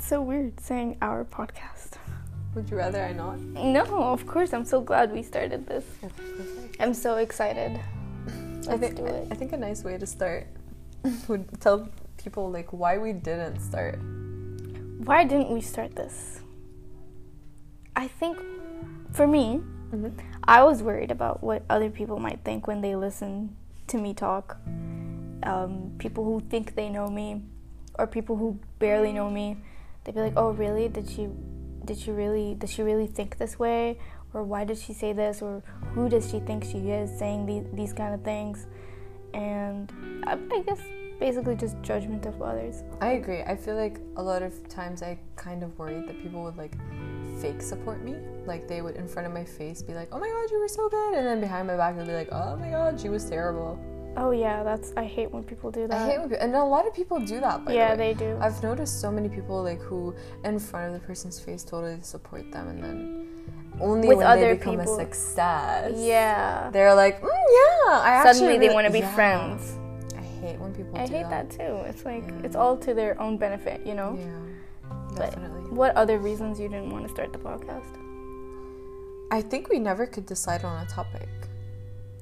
so weird saying our podcast. Would you rather I not? No, of course. I'm so glad we started this. I'm so excited. I Let's think, do it. I think a nice way to start would tell people like why we didn't start. Why didn't we start this? I think for me, Mm-hmm. I was worried about what other people might think when they listen to me talk. Um, people who think they know me, or people who barely know me, they'd be like, "Oh, really? Did she? Did she really? Does she really think this way? Or why did she say this? Or who does she think she is saying these these kind of things?" And I, I guess basically just judgment of others. I agree. I feel like a lot of times I kind of worried that people would like fake support me. Like they would in front of my face be like, "Oh my god, you were so good," and then behind my back they'd be like, "Oh my god, she was terrible." Oh yeah, that's I hate when people do that. I hate when people, and a lot of people do that. By yeah, the way. they do. I've noticed so many people like who in front of the person's face totally support them, and then only With when other they become people. a success, yeah. they're like, mm, "Yeah, I actually Suddenly they really- want to be Yeah. friends. I hate when people. I do hate that too. It's like it's all to their own benefit, you know. Yeah, But- definitely. What other reasons you didn't want to start the podcast? I think we never could decide on a topic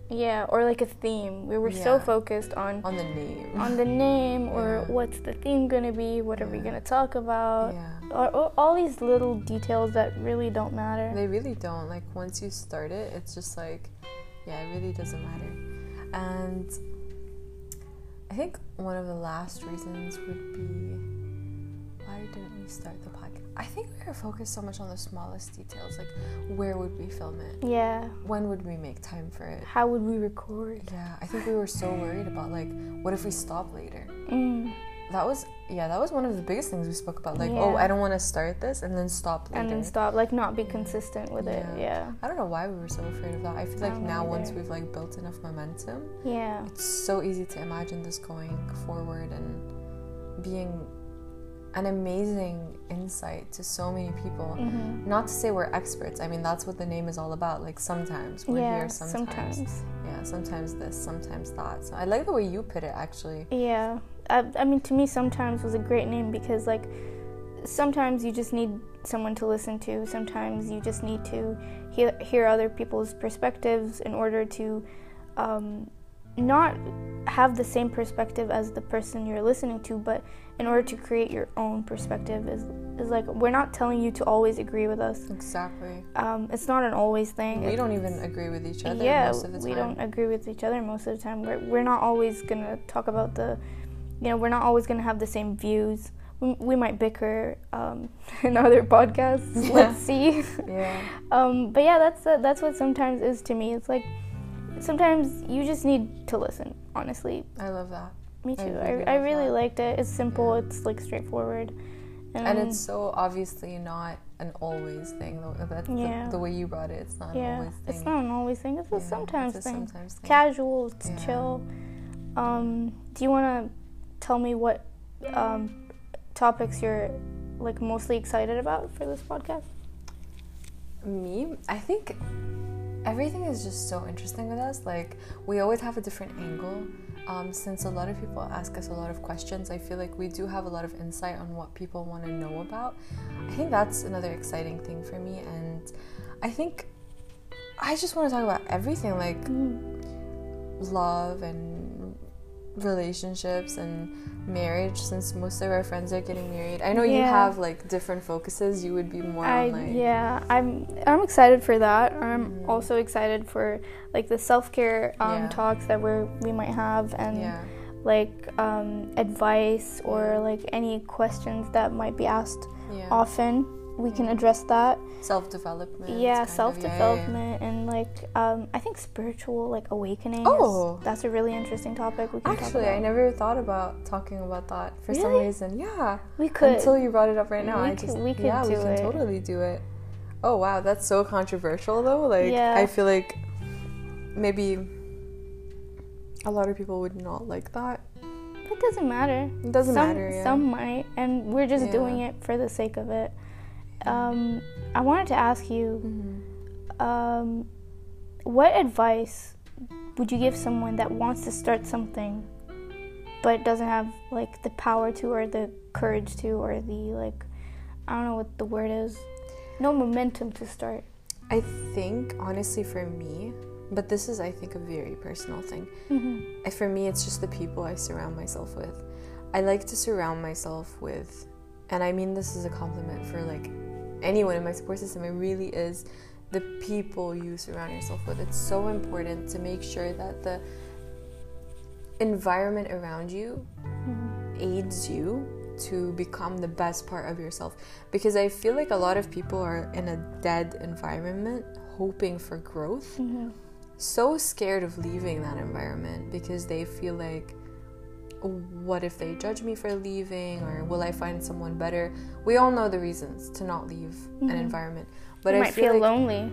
Yeah, or like a theme. We were so Yeah. focused on on the name. on the name or Yeah. what's the theme gonna be. What are we Yeah. gonna talk about? yeah, Or, or all these little details that really don't matter. they really don't. Like once you start it, it's just like, yeah, it really doesn't matter. And I think one of the last reasons would be why didn't we start the podcast? I think we were focused so much on the smallest details, like where would we film it, Yeah. when would we make time for it. How would we record? Yeah, I think we were so worried about like, what if we stop later? Mm. That was yeah, that was one of the biggest things we spoke about. Like, oh, Yeah. I don't want to start this and then stop later. And then stop. Like not be consistent with it. Yeah. Yeah. I don't know why we were so afraid of that. I feel I like don't know now once either. we've like built enough momentum, Yeah. it's so easy to imagine this going forward and being an amazing insight to so many people. hmm Not to say we're experts. I mean, that's what the name is all about. Like sometimes we're yeah. here, sometimes. yeah, sometimes this, sometimes that. So I like the way you put it actually. Yeah. I, I mean, to me, sometimes was a great name because, like, sometimes you just need someone to listen to. Sometimes you just need to hear, hear other people's perspectives in order to um, not have the same perspective as the person you're listening to, but in order to create your own perspective is, is like, we're not telling you to always agree with us. Exactly. Um, it's not an always thing. We don't even agree with each other yeah, most of the time. we don't agree with each other most of the time. We're, we're not always gonna talk about the, you know, we're not always gonna have the same views. We, we might bicker um, in other podcasts. Yeah. Let's see. Yeah. Um, but yeah, that's that's what sometimes is to me. It's like sometimes you just need to listen. Honestly, I love that. me too. I I really really, I, love really that. liked it. It's simple. It's like straightforward. And Um, it's so obviously not an always thing. the- That's the- Yeah. the, way you brought it. It's not an yeah, always thing. it's not an always thing. It's a Yeah, it's a sometimes thing. sometimes thing. casual, it's Yeah. chill. Um, do you want to tell me what um, topics you're like mostly excited about for this podcast? Me, I think everything is just so interesting with us. Like we always have a different angle. Um, since a lot of people ask us a lot of questions, I feel like we do have a lot of insight on what people want to know about. I think that's another exciting thing for me, and I think I just want to talk about everything. Like love and relationships and marriage since most of our friends are getting married. I know you Yeah. have like different focuses. You would be more I on like yeah, I'm I'm excited for that. I'm also excited for like the self care um, Mm-hmm. Yeah. talks that we're we might have and yeah. like um, advice or Yeah. like any questions that might be asked Yeah. Mm-hmm. often. We can address that. self-development. kind yeah of. self-development and like um, i think spiritual like awakening Oh. that's a really interesting topic we can Actually, talk I about. never thought about talking about that for some Really? reason. Yeah. we could Until you brought it up right now. We I could- just we could yeah, we do can it. totally do it. Oh wow, that's so controversial though. Like Yeah. I feel like maybe a lot of people would not like that. it doesn't matter It doesn't some, matter. Yeah. some might and we're just Yeah. doing it for the sake of it um, i wanted to ask you Mhm. um, what advice would you give someone that wants to start something but doesn't have like the power to or the courage to or the like I don't know what the word is. No momentum to start. I think, honestly, for me, but this is, I think, a very personal thing. Mm-hmm. I- For me, it's just the people I surround myself with. I like to surround myself with, and I mean this is a compliment for like anyone in my support system, it really is the people you surround yourself with. It's so important to make sure that the environment around you aids you to become the best part of yourself because i feel like a lot of people are in a dead environment hoping for growth so scared of leaving that environment because they feel like what if they judge me for leaving or will i find someone better we all know the reasons to not leave an environment but Mm-hmm. you i might feel feel like lonely,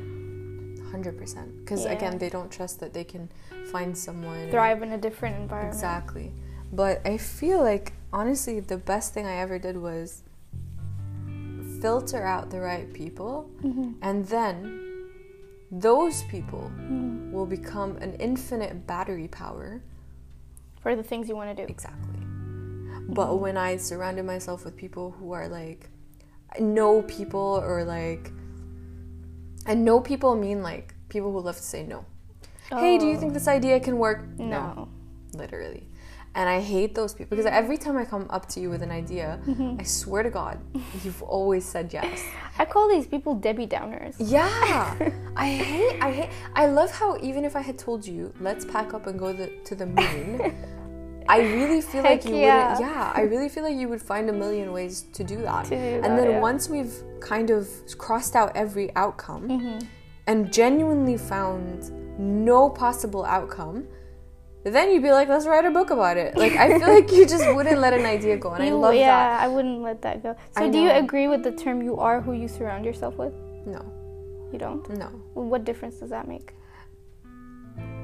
100% because Yeah. again they don't trust that they can find someone thrive in a different environment. Exactly. But I feel like honestly the best thing I ever did was filter out the right people Mm-hmm. and then those people Mm-hmm. will become an infinite battery power. For the things you want to do. Exactly. Mm-hmm. But when I surrounded myself with people who are like I know people or like and know people mean like people who love to say no. Hey, do you Oh. think this idea can work? No. literally. And I hate those people because every time I come up to you with an idea, I swear to God, you've always said yes. I call these people Debbie Downers. Yeah, I hate, I hate, I love how even if I had told you, let's pack up and go the, to the moon, I really feel like Heck you yeah. wouldn't, yeah, I really feel like you would find a million ways to do that. To do and that, then yeah. once we've kind of crossed out every outcome Mm-hmm. and genuinely found no possible outcome, then you'd be like, let's write a book about it. Like, I feel like you just wouldn't let an idea go. And I You- love yeah, that. I wouldn't let that go. So, I do you know. agree with the term "you are who you surround yourself with"? No, You don't. no. What difference does that make?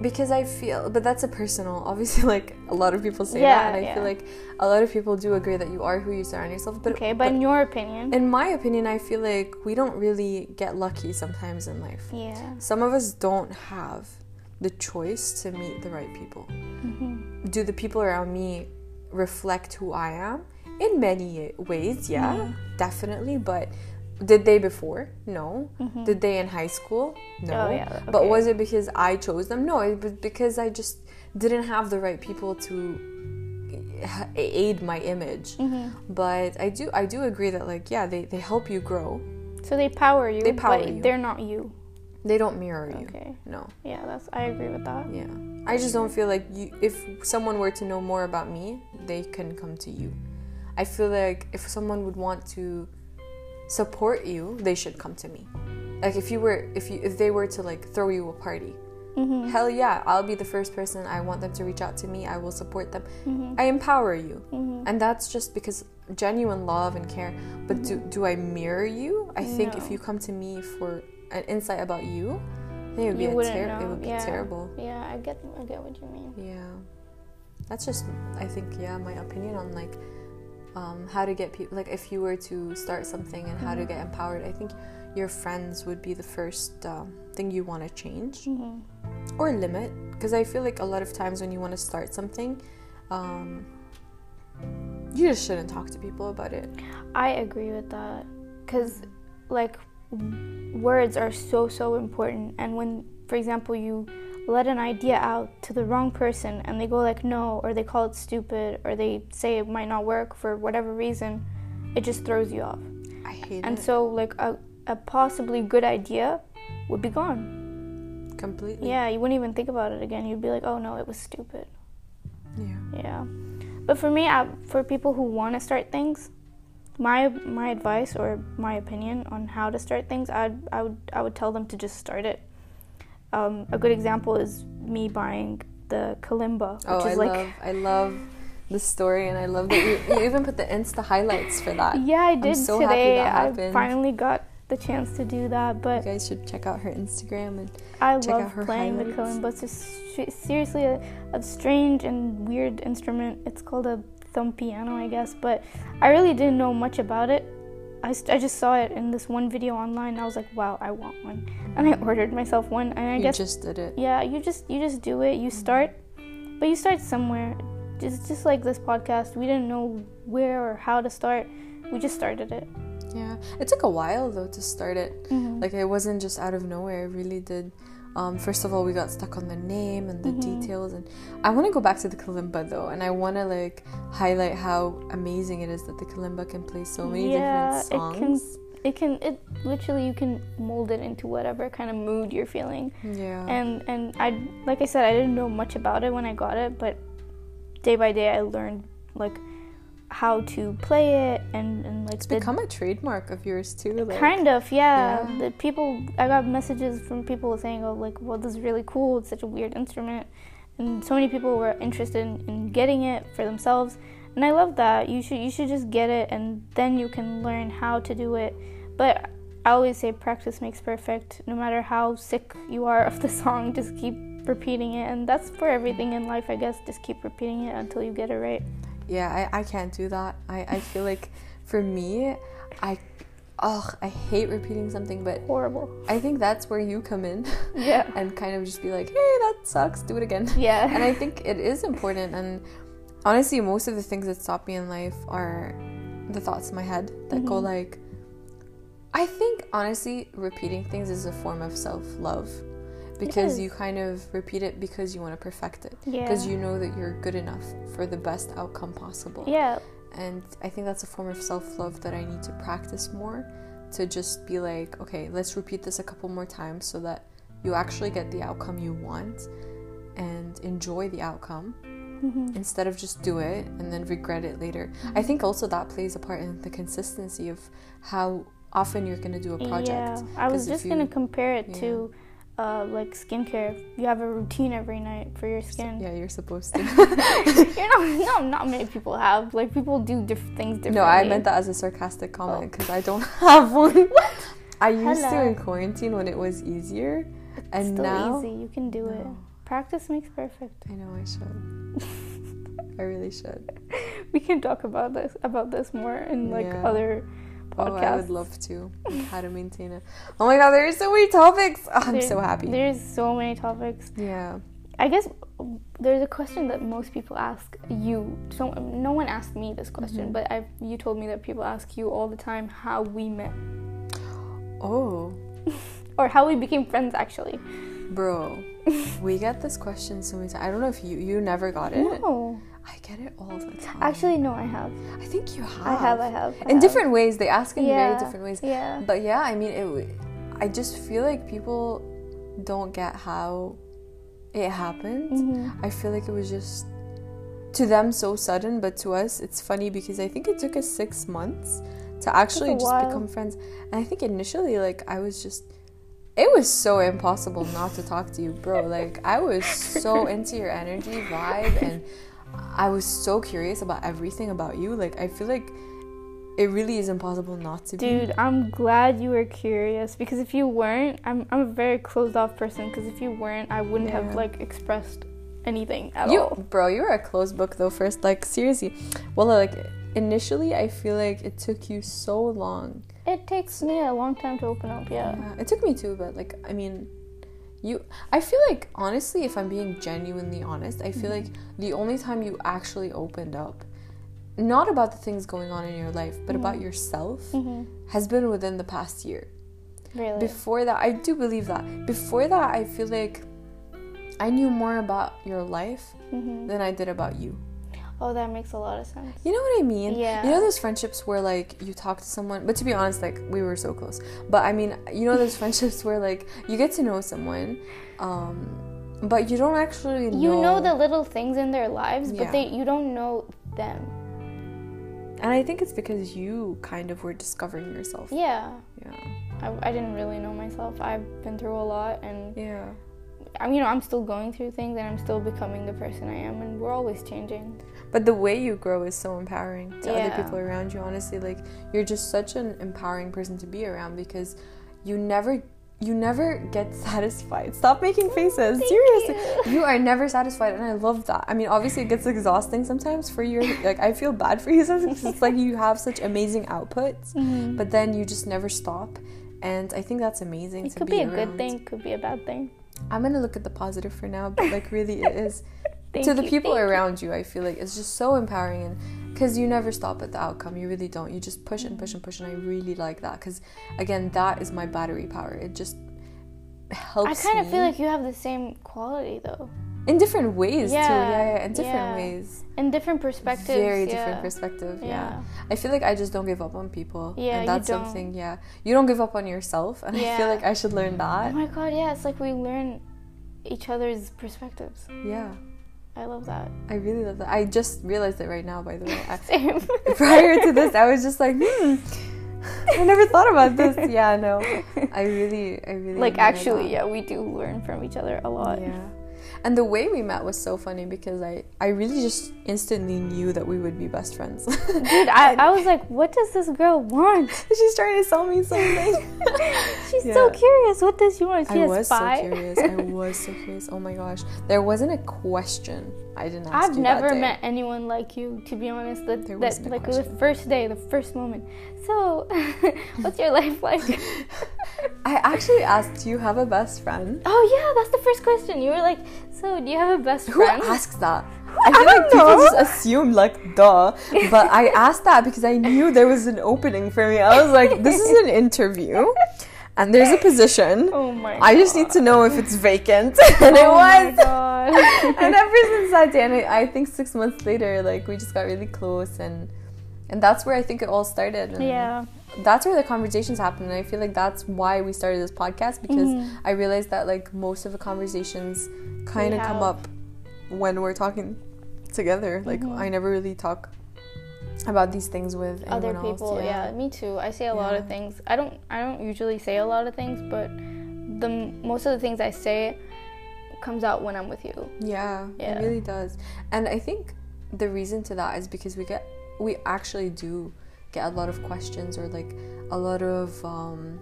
because I feel, but that's a personal. Obviously, like a lot of people say Yeah, that, and I yeah. feel like a lot of people do agree that you are who you surround yourself. But Okay, but in your opinion, in my opinion, I feel like we don't really get lucky sometimes in life. yeah, Some of us don't have the choice to meet the right people. Mm-hmm. Do the people around me reflect who I am? In many ways, yeah, definitely. But did they before? No. Did they in high school? No. Mm-hmm. Oh, yeah, But okay. was it because I chose them? No, it was because I just didn't have the right people to h- aid my image. Mm-hmm. But I do I do agree that like yeah, they, they help you grow. so they power you, They power but you. they're not you. They don't mirror you. Okay, No. yeah, that's I agree with that. Yeah. I just don't feel like you, if someone were to know more about me, they can come to you. I feel like if someone would want to support you, they should come to me. Like if you were if you if they were to like throw you a party. Mm-hmm. Hell yeah, I'll be the first person I want them to reach out to me. I will support them. Mm-hmm. I empower you. And that's just because genuine love and care. But do do I mirror you? I think if Mm-hmm. No. you come to me for an insight about you, then it would be You a wouldn't ter- it know, would be yeah. terrible. Yeah, I get, I get what you mean. Yeah. That's just I think yeah, my opinion on like um, how to get people like if you were to start something and Mm-hmm. how to get empowered, I think your friends would be the first um, thing you want to change Mm-hmm. or limit because I feel like a lot of times when you want to start something um, you just shouldn't talk to people about it. I agree with that because, like, w- words are so so important. And when, for example, you let an idea out to the wrong person and they go like no, or they call it stupid, or they say it might not work for whatever reason, it just throws you off. I hate And it so, like, a, a possibly good idea would be gone. completely. Yeah, you wouldn't even think about it again. You'd be like, oh no, it was stupid. Yeah. Yeah. But for me, I, for people who want to start things, my my advice or my opinion on how to start things, I'd, I would I would tell them to just start it. Um, a good example is me buying the kalimba, which Oh, is I like love I love the story and I love that you, you even put the Insta highlights for that. yeah, I did so happy today. that I happened. finally got the chance to do that, You but guys should check out her Instagram and I check out love her playing the highlights. kalimba. It's just sh- seriously a, a strange and weird instrument. It's called a thumb piano, I guess, but I really didn't know much about it. I, s- I just saw it in this one video online. And I was like, wow, I want one, and I ordered myself one. And I you guess just did it. yeah, you just you just do it. You start, but you start somewhere. Just just like this podcast, we didn't know where or how to start. We just started it. Yeah, it took a while though to start it. Like it wasn't just out of nowhere. It really did. Um, first of all, we got stuck on the name and the Mm-hmm. details, and I want to go back to the kalimba though, and I want to like highlight how amazing it is that the kalimba can play so many yeah, different it can. songs. It can. It literally you can mold it into whatever kind of mood you're feeling. Yeah, and and I like I said I didn't know much about it when I got it, but day by day I learned like how to play it and and like it's the become a trademark of yours too. Like, kind of yeah, Yeah. the people I got messages from people saying oh like well this is really cool it's such a weird instrument and so many people were interested in, in getting it for themselves and I love that you should you should just get it and then you can learn how to do it but I always say practice makes perfect no matter how sick you are of the song just keep repeating it and that's for everything in life I guess just keep repeating it until you get it right yeah I, I can't do that i i feel like for me i ugh i hate repeating something but horrible i think that's where you come in yeah and kind of just be like hey that sucks do it again Yeah. and i think it is important and honestly most of the things that stop me in life are the thoughts in my head that go Mm-hmm. like i think honestly repeating things is a form of self-love because is. you kind of repeat it because you want to perfect it Yeah. because you know that you're good enough for the best outcome possible yeah and I think that's a form of self love that I need to practice more to just be like, okay, let's repeat this a couple more times so that you actually get the outcome you want and enjoy the outcome Mm-hmm. instead of just do it and then regret it later. I think also that plays a part in the consistency of how often you're going to do a project. Yeah, I 'Cause was if just you- gonna compare it yeah. to uh, like skincare. You have a routine every night for your skin. Yeah, you're supposed to. You're not, no, not many people have. Like people do different things differently. Oh. No, I meant that as a sarcastic comment because I don't have one. I used to Hello. in quarantine when it was easier, It's and still now easy. You can do it. No. Practice makes perfect. I know I should. I really should. We can talk about this about this more in like Yeah. other podcasts. Oh, I would love to. Like, how to maintain it. Oh my god, there are so many topics. Oh, I'm There- so happy. There's so many topics. Yeah. I guess there's a question that most people ask you. So no one asked me this question, Mm-hmm. but I you told me that people ask you all the time how we met. Oh, or how we became friends actually. bro, we get this question so many times. I don't know if you you never got it. No. I get it all the time. Actually no I have. I think you have. I have I have. I in have. different ways. They ask in very Yeah, different ways. yeah. But yeah, I mean, it. w- I just feel like people don't get how it happened. I feel like it was just to them so sudden, but to us, it's funny because I think it took us six months to actually a just while. become friends. And I think initially, like, I was just. It was so impossible not to talk to you, bro. Like, I was so into your energy, vibe, and I was so curious about everything about you. Like, I feel like it really is impossible not to be. Dude, I'm glad you were curious because if you weren't, I'm I'm a very closed off person because if you weren't, I wouldn't have Yeah. like expressed anything at all. You, bro, you were a closed book though. First, like seriously, well, like initially, I feel like it took you so long. It takes me a long time to open up, yeah. Yeah, Uh, it took me too, but like, I mean, you. I feel like honestly, if I'm being genuinely honest, I feel like the only time you actually opened up, not about the things going on in your life, but about yourself, has been within the past year. Really. Before that, I do believe that. Before that, I feel like I knew more about your life than I did about you. Mm-hmm. oh, that makes a lot of sense. You know what I mean? Yeah. You know those friendships where like you talk to someone, but to be honest, like we were so close. But I mean, you know those friendships where like you get to know someone, um, but you don't actually know. You know the little things in their lives, Yeah. but they you don't know them. And I think it's because you kind of were discovering yourself. Yeah. Yeah. I, I didn't really know myself. I've been through a lot and Yeah. I'm, you know, I'm still going through things and I'm still becoming the person I am, and we're always changing. But the way you grow is so empowering to Yeah. other people around you. Honestly, like you're just such an empowering person to be around because you never you never get satisfied. Stop making faces. Seriously. You. are never satisfied and I love that. I mean, obviously it gets exhausting sometimes for your like I feel bad for you sometimes 'cause it's like you have such amazing outputs, Mm-hmm. but then you just never stop. And I think that's amazing It to could be, be a good around. thing, could be a bad thing. I'm gonna look at the positive for now, but like really it is Thank to the you, people thank you. around you. I feel like it's just so empowering and because you never stop at the outcome you really don't you just push and push and push and i really like that because again that is my battery power it just I helps kind of me feel like you have the same quality though, in different ways too Yeah, yeah yeah in different yeah. ways in different perspectives. very yeah. different perspective yeah. Yeah. i feel like i just don't give up on people Yeah, and you that's don't. something yeah you don't give up on yourself and i feel Yeah. like i should learn Oh that my god, yeah, it's like we learn each other's perspectives. yeah I love that. i really love that i just realized it right now by the way I, Same. prior to this, I was just like, hmm, I never thought about this. Yeah, no, I really, I really like admire actually, that. yeah, we do learn from each other a lot. yeah. And the way we met was so funny because I, I really just instantly knew that we would be best friends. Dude, I, I was like, what does this girl want? she's trying to sell me something. She's Yeah. so curious. What does she want? She I has was spy. so curious. I was so curious. Oh my gosh, there wasn't a question I didn't ask. I've you that never day. met anyone like you, to be honest. That, There that wasn't a like question. the first day, the first moment. So, what's your life like? I actually asked, "Do you have a best friend?" oh yeah, that's the first question. You were like, so do you have a best Who friend? asks that? I I feel like don't people know. just assume like duh. But I asked that because I knew there was an opening for me. I was like, this is an interview and there's a position. Oh my. I just need to know if it's vacant. and it Oh my was. God. and ever since that day, and I, I think six months later, like we just got really close and and that's where I think it all started. And Yeah. that's where the conversations happen and i feel like that's why we started this podcast because Mm-hmm. i realized that like most of the conversations kind of come have. up when we're talking together like Mm-hmm. i never really talk about these things with Other anyone else, people, yeah. me too. I say a lot of Yeah. things. I don't, I don't usually say a lot of things, but the m- most of the things I say comes out when I'm with you. Yeah, Yeah. it really does. And I think the reason to that is because we get we actually do get a lot of questions or like a lot of um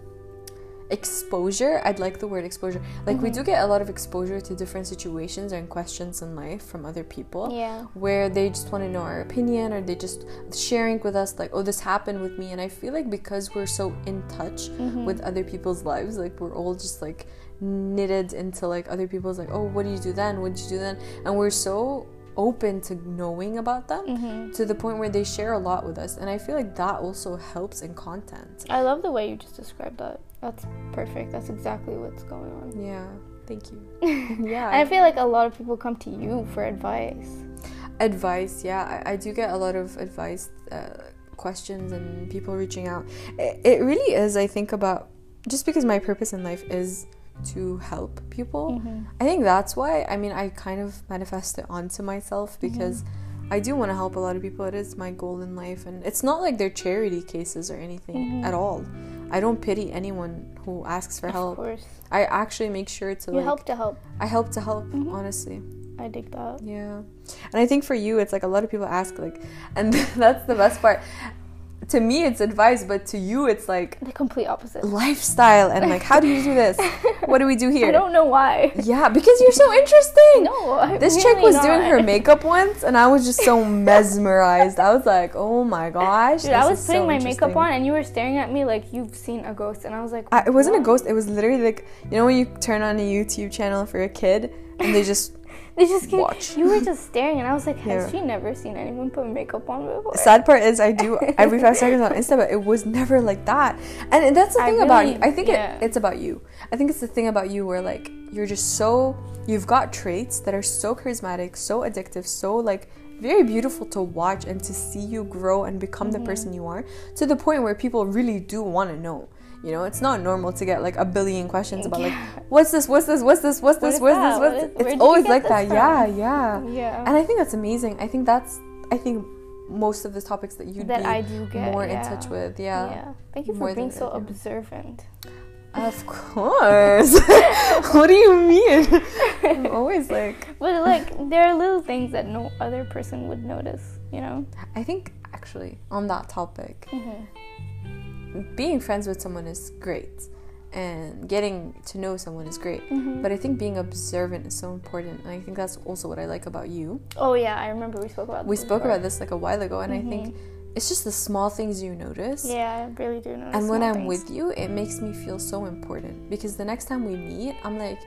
exposure. I'd like the word exposure. Like we do get a lot of exposure to different situations and questions in life from other people Yeah. where they just want to know our opinion or they just sharing with us like oh this happened with me and i feel like because we're so in touch with other people's lives like we're all just like knitted into like other people's like oh what do you do then what do you do then and we're so open to knowing about them to the point where they share a lot with us and i feel like that also helps in content I love the way you just described that. That's perfect. That's exactly what's going on. yeah thank you yeah I feel like a lot of people come to you for advice. advice yeah I, I do get a lot of advice uh, questions and people reaching out it, it really is i think about just because my purpose in life is to help people Mm. i think that's why i mean i kind of manifest it onto myself Mm-hmm. because i do want to help a lot of people it is my goal in life and it's not like they're charity cases or anything at all i don't pity anyone who asks for Mm-hmm. Of help course. i actually make sure to You like help Mm-hmm. to help. i help to help honestly I dig that. yeah. And I think for you, it's like a lot of people ask, like, and that's the best part. To me, it's advice, but to you, it's like The complete opposite. lifestyle and like, how do you do this? What do we do I here? don't know why. Yeah, because you're so interesting. No, I'm This chick really was doing not. her makeup once, and I was just so mesmerized. I was like, oh my gosh. Dude, this I is was so putting my makeup interesting. on and you were staring at me like you've seen a ghost, and I was like, I, it wasn't a "What?" ghost, it was literally like, you know, when you turn on a YouTube channel for a kid and they just They just came, Watch. You were just staring, and I was like, has Yeah. she never seen anyone put makeup on before? sad part is I do every five seconds on Insta, but it was never like that. And that's the I thing about really- you. I think yeah. it, it's about you. I think it's the thing about you where like you're just so you've got traits that are so charismatic, so addictive, so like very beautiful to watch and to see you grow and become Mm-hmm. the person you are to the point where people really do want to know. You know, it's not normal to get like a billion questions about like what's this, what's this, what's this, what's What this, is what's that? this, what's What this. is- where did It's you always get like this that. from? Yeah, yeah. Yeah. And I think that's amazing. I think that's I think most of the topics that you'd That be I do get, more yeah. in touch with. Yeah. yeah. Thank you More for than being so I do. observant. Of course. what do you mean? I'm always like But like, there are little things that no other person would notice, you know? I think actually on that topic, Mhm. Mm-hmm. being friends with someone is great. And getting to know someone is great. Mm-hmm. But I think being observant is so important. And I think that's also what I like about you. Oh yeah, I remember we spoke about. We this spoke before. about this like a while ago, and I think Mm-hmm. it's just the small things you notice. Yeah, I really do notice. And when small I'm things. with you, it makes me feel so important because the next Mm-hmm. time we meet, I'm like,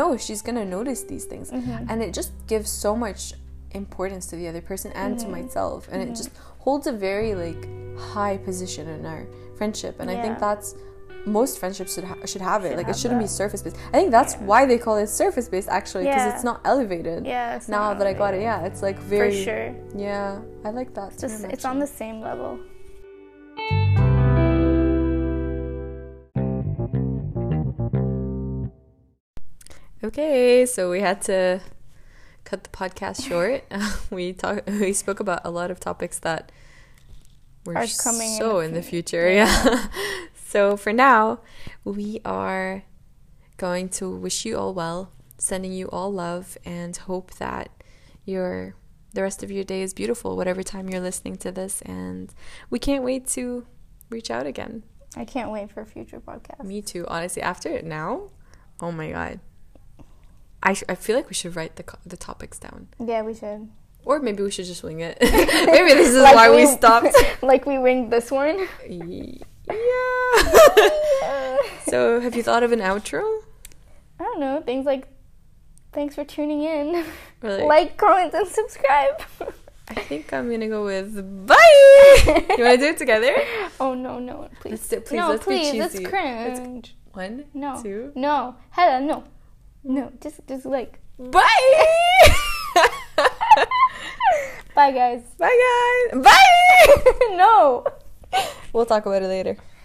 no, she's gonna notice these things. And it just gives so much importance to the other person and Mm-hmm. to myself and it just holds a very like high position in our friendship and i think Yeah. that's most friendships should ha- should have it Should like it have shouldn't be that. surface based i think that's why they call it surface based actually because Yeah. it's not elevated Yeah. it's now not that i got it really- yeah it's like very For sure. yeah i like that It's just it's on the same level. Okay, so we had to cut the podcast short. we talk, we spoke about a lot of topics that were Are coming in so the in the fu- future. Yeah. so for now, we are going to wish you all well, sending you all love, and hope that your the rest of your day is beautiful, whatever time you're listening to this. And we can't wait to reach out again. I can't wait for future podcasts. Me too. Honestly, after it now, oh my god. I, sh- I feel like we should write the co- the topics down, Yeah, we should. or maybe we should just wing it. maybe this is why we, stopped. like we winged this one. yeah. I so, have you thought of an outro? don't know, things like thanks for tuning in. Or like, like, comment, and subscribe. I think I'm gonna go with bye. you want to do it together? Oh no, no, please. Let's do. Please, no, let's please, be it's cheesy. cringe. One, no. two, No. Hella, no. No. Just just like bye. bye guys. bye, guys. Bye. no. We'll talk about it later.